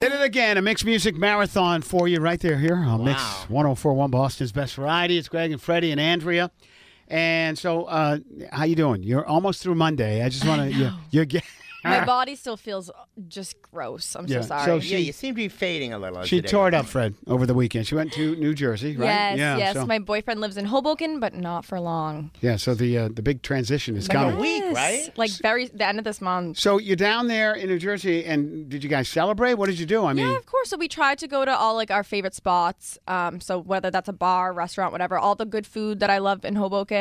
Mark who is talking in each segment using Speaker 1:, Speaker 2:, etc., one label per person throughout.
Speaker 1: Did it again. A mixed music marathon for you right there here on Mix
Speaker 2: Wow.
Speaker 1: 1041 Boston's Best Variety. It's Greg and Freddie and Andrea. And so, uh, how you doing? You're almost through Monday. I just want to. You're, you're get,
Speaker 3: My body still feels uh, just gross. I'm
Speaker 1: Ah. Yeah,
Speaker 3: so sorry.
Speaker 1: so she-
Speaker 2: Yeah, you seem to be fading a little.
Speaker 1: she
Speaker 2: today.
Speaker 1: tore it up, Fred, over the weekend. She went to New Jersey, right?
Speaker 3: Yes, yes.
Speaker 1: so-
Speaker 3: My boyfriend lives in Hoboken, but not for long.
Speaker 1: yeah. So the uh, the big transition is
Speaker 2: Like a
Speaker 1: coming.
Speaker 2: week, right?
Speaker 3: Like very the end of this month.
Speaker 1: So you're down there in New Jersey, and did you guys celebrate? What did you do? I mean,
Speaker 3: Yeah, of course. So we try to go to all like our favorite spots. Um, so whether that's a bar, restaurant, whatever, all the good food that I love in Hoboken.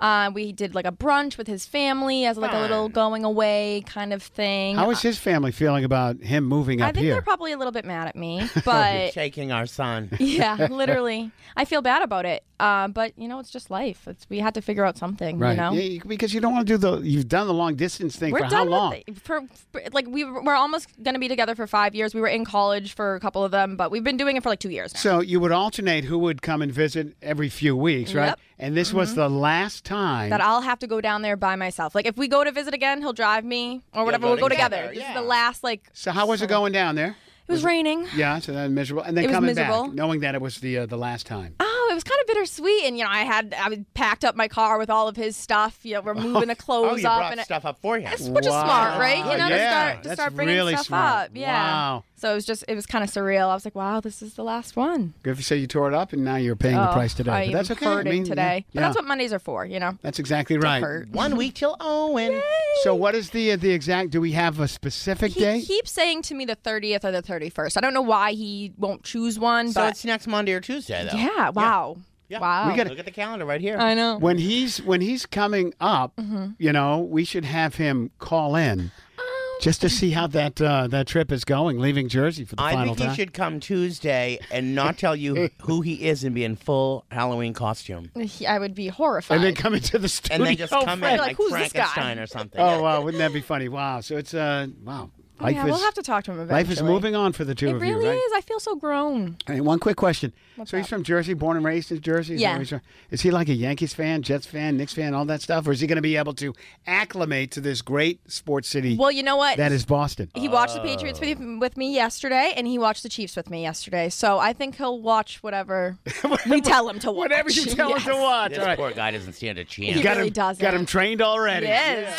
Speaker 3: Uh, we did like a brunch with his family as like a little
Speaker 2: Fun.
Speaker 3: going away kind of thing.
Speaker 1: how is his family feeling about him moving
Speaker 3: I
Speaker 1: up
Speaker 3: think
Speaker 1: here?
Speaker 3: they're probably a little bit mad at me, but
Speaker 2: Shaking our son.
Speaker 3: yeah, literally, I feel bad about it. Um, but you know, it's just life. It's we had to figure out something.
Speaker 1: right.
Speaker 3: You know,
Speaker 1: Yeah, you- because you don't want to do the. You've done the long distance thing
Speaker 3: we're
Speaker 1: for
Speaker 3: done
Speaker 1: how long?
Speaker 3: With it. For, for like we were- we're almost gonna be together for five years. We were in college for a couple of them, but we've been doing it for like two years now.
Speaker 1: So you would alternate who would come and visit every few weeks, right?
Speaker 3: Yep. Mm-hmm.
Speaker 1: And this was the last time.
Speaker 3: that I'll have to go down there by myself. Like if we go to visit again, he'll drive me or whatever.
Speaker 2: go
Speaker 3: we'll go together.
Speaker 2: together,
Speaker 3: This is
Speaker 2: yeah.
Speaker 3: the last like.
Speaker 1: so how was it going down there?
Speaker 3: It was raining.
Speaker 1: Yeah, so that miserable, and then
Speaker 3: It was
Speaker 1: coming
Speaker 3: miserable.
Speaker 1: back, knowing that it was the uh, the last time.
Speaker 3: Oh, it was kind of bittersweet, and you know, I had I was packed up my car with all of his stuff. You know, we're moving the
Speaker 2: Oh,
Speaker 3: clothes
Speaker 2: you
Speaker 3: up,
Speaker 2: brought
Speaker 3: and I-
Speaker 2: stuff up for him.
Speaker 3: It's- which is smart, right? You know,
Speaker 1: yeah,
Speaker 3: to start to
Speaker 1: that's
Speaker 3: start bringing
Speaker 1: really
Speaker 3: stuff
Speaker 1: smart.
Speaker 3: up. Yeah.
Speaker 1: Wow.
Speaker 3: So it was just it was kind of surreal. I was like, wow, this is the last one.
Speaker 1: Good to say you tore it up, and now you're paying the
Speaker 3: Oh,
Speaker 1: price today.
Speaker 3: I
Speaker 1: but
Speaker 3: am
Speaker 1: that's okay. I
Speaker 3: Hurting
Speaker 1: mean,
Speaker 3: today,
Speaker 1: yeah,
Speaker 3: but that's what Mondays are for, you know.
Speaker 1: that's exactly right.
Speaker 3: hurt.
Speaker 2: One week till Owen.
Speaker 1: So what is the uh, the exact? Do we have a specific
Speaker 3: He
Speaker 1: date?
Speaker 3: keeps saying to me the 30th or the 31st. I don't know why he won't choose one,
Speaker 2: So
Speaker 3: but
Speaker 2: it's next Monday or Tuesday, though.
Speaker 3: yeah, wow,
Speaker 2: Yeah.
Speaker 3: wow.
Speaker 1: We gotta-
Speaker 2: Look at the calendar right here.
Speaker 3: I know.
Speaker 1: when he's when he's coming up,
Speaker 3: Mm-hmm.
Speaker 1: you know, we should have him call in
Speaker 3: Oh.
Speaker 1: just to see how that uh, that trip is going, leaving Jersey for the
Speaker 2: I
Speaker 1: final
Speaker 2: think
Speaker 1: time.
Speaker 2: he should come Tuesday and not tell you who he is and be in full Halloween costume.
Speaker 3: He- I would be horrified.
Speaker 1: and then come into the studio.
Speaker 2: And then just come
Speaker 3: Fred, like,
Speaker 2: in like,
Speaker 3: who's this guy?
Speaker 2: Frankenstein or something.
Speaker 1: Oh wow, wouldn't that be funny? Wow. So it's uh wow. Life
Speaker 3: Oh, yeah,
Speaker 1: is
Speaker 3: we'll have to talk to him eventually.
Speaker 1: life is moving on for the two
Speaker 3: It
Speaker 1: of
Speaker 3: really
Speaker 1: you, right?
Speaker 3: is. I feel so grown.
Speaker 1: Hey, one quick question. so he's
Speaker 3: up?
Speaker 1: from Jersey, born and raised in Jersey. Is that
Speaker 3: Yeah.
Speaker 1: where he's from? Is he like a Yankees fan, Jets fan, Knicks fan, all that stuff, or is he going to be able to acclimate to this great sports city
Speaker 3: Well, you know what?
Speaker 1: that is Boston?
Speaker 3: He watched the Patriots with, with me yesterday, and he watched the Chiefs with me yesterday. So I think he'll watch whatever you tell him to watch.
Speaker 1: Whatever you tell
Speaker 3: Yes.
Speaker 1: him to watch.
Speaker 2: This
Speaker 1: all right.
Speaker 2: poor guy doesn't stand a chance.
Speaker 3: He
Speaker 1: got
Speaker 3: really
Speaker 1: him,
Speaker 3: doesn't.
Speaker 1: Got him trained already.
Speaker 3: Yes.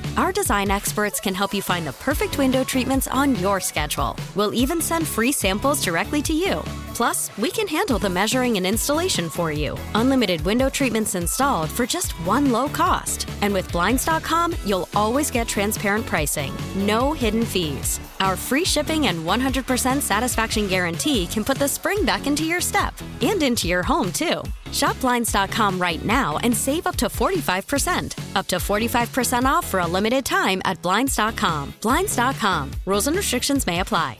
Speaker 4: Our design experts can help you find the perfect window treatments on your schedule. We'll even send free samples directly to you. Plus, we can handle the measuring and installation for you. Unlimited window treatments installed for just one low cost. And with Blinds.com, you'll always get transparent pricing, no hidden fees. Our free shipping and 100% satisfaction guarantee can put the spring back into your step and into your home, too. Shop Blinds.com right now and save up to 45%. Up to 45% off for a limited time at Blinds.com. Blinds.com. Rules and restrictions may apply.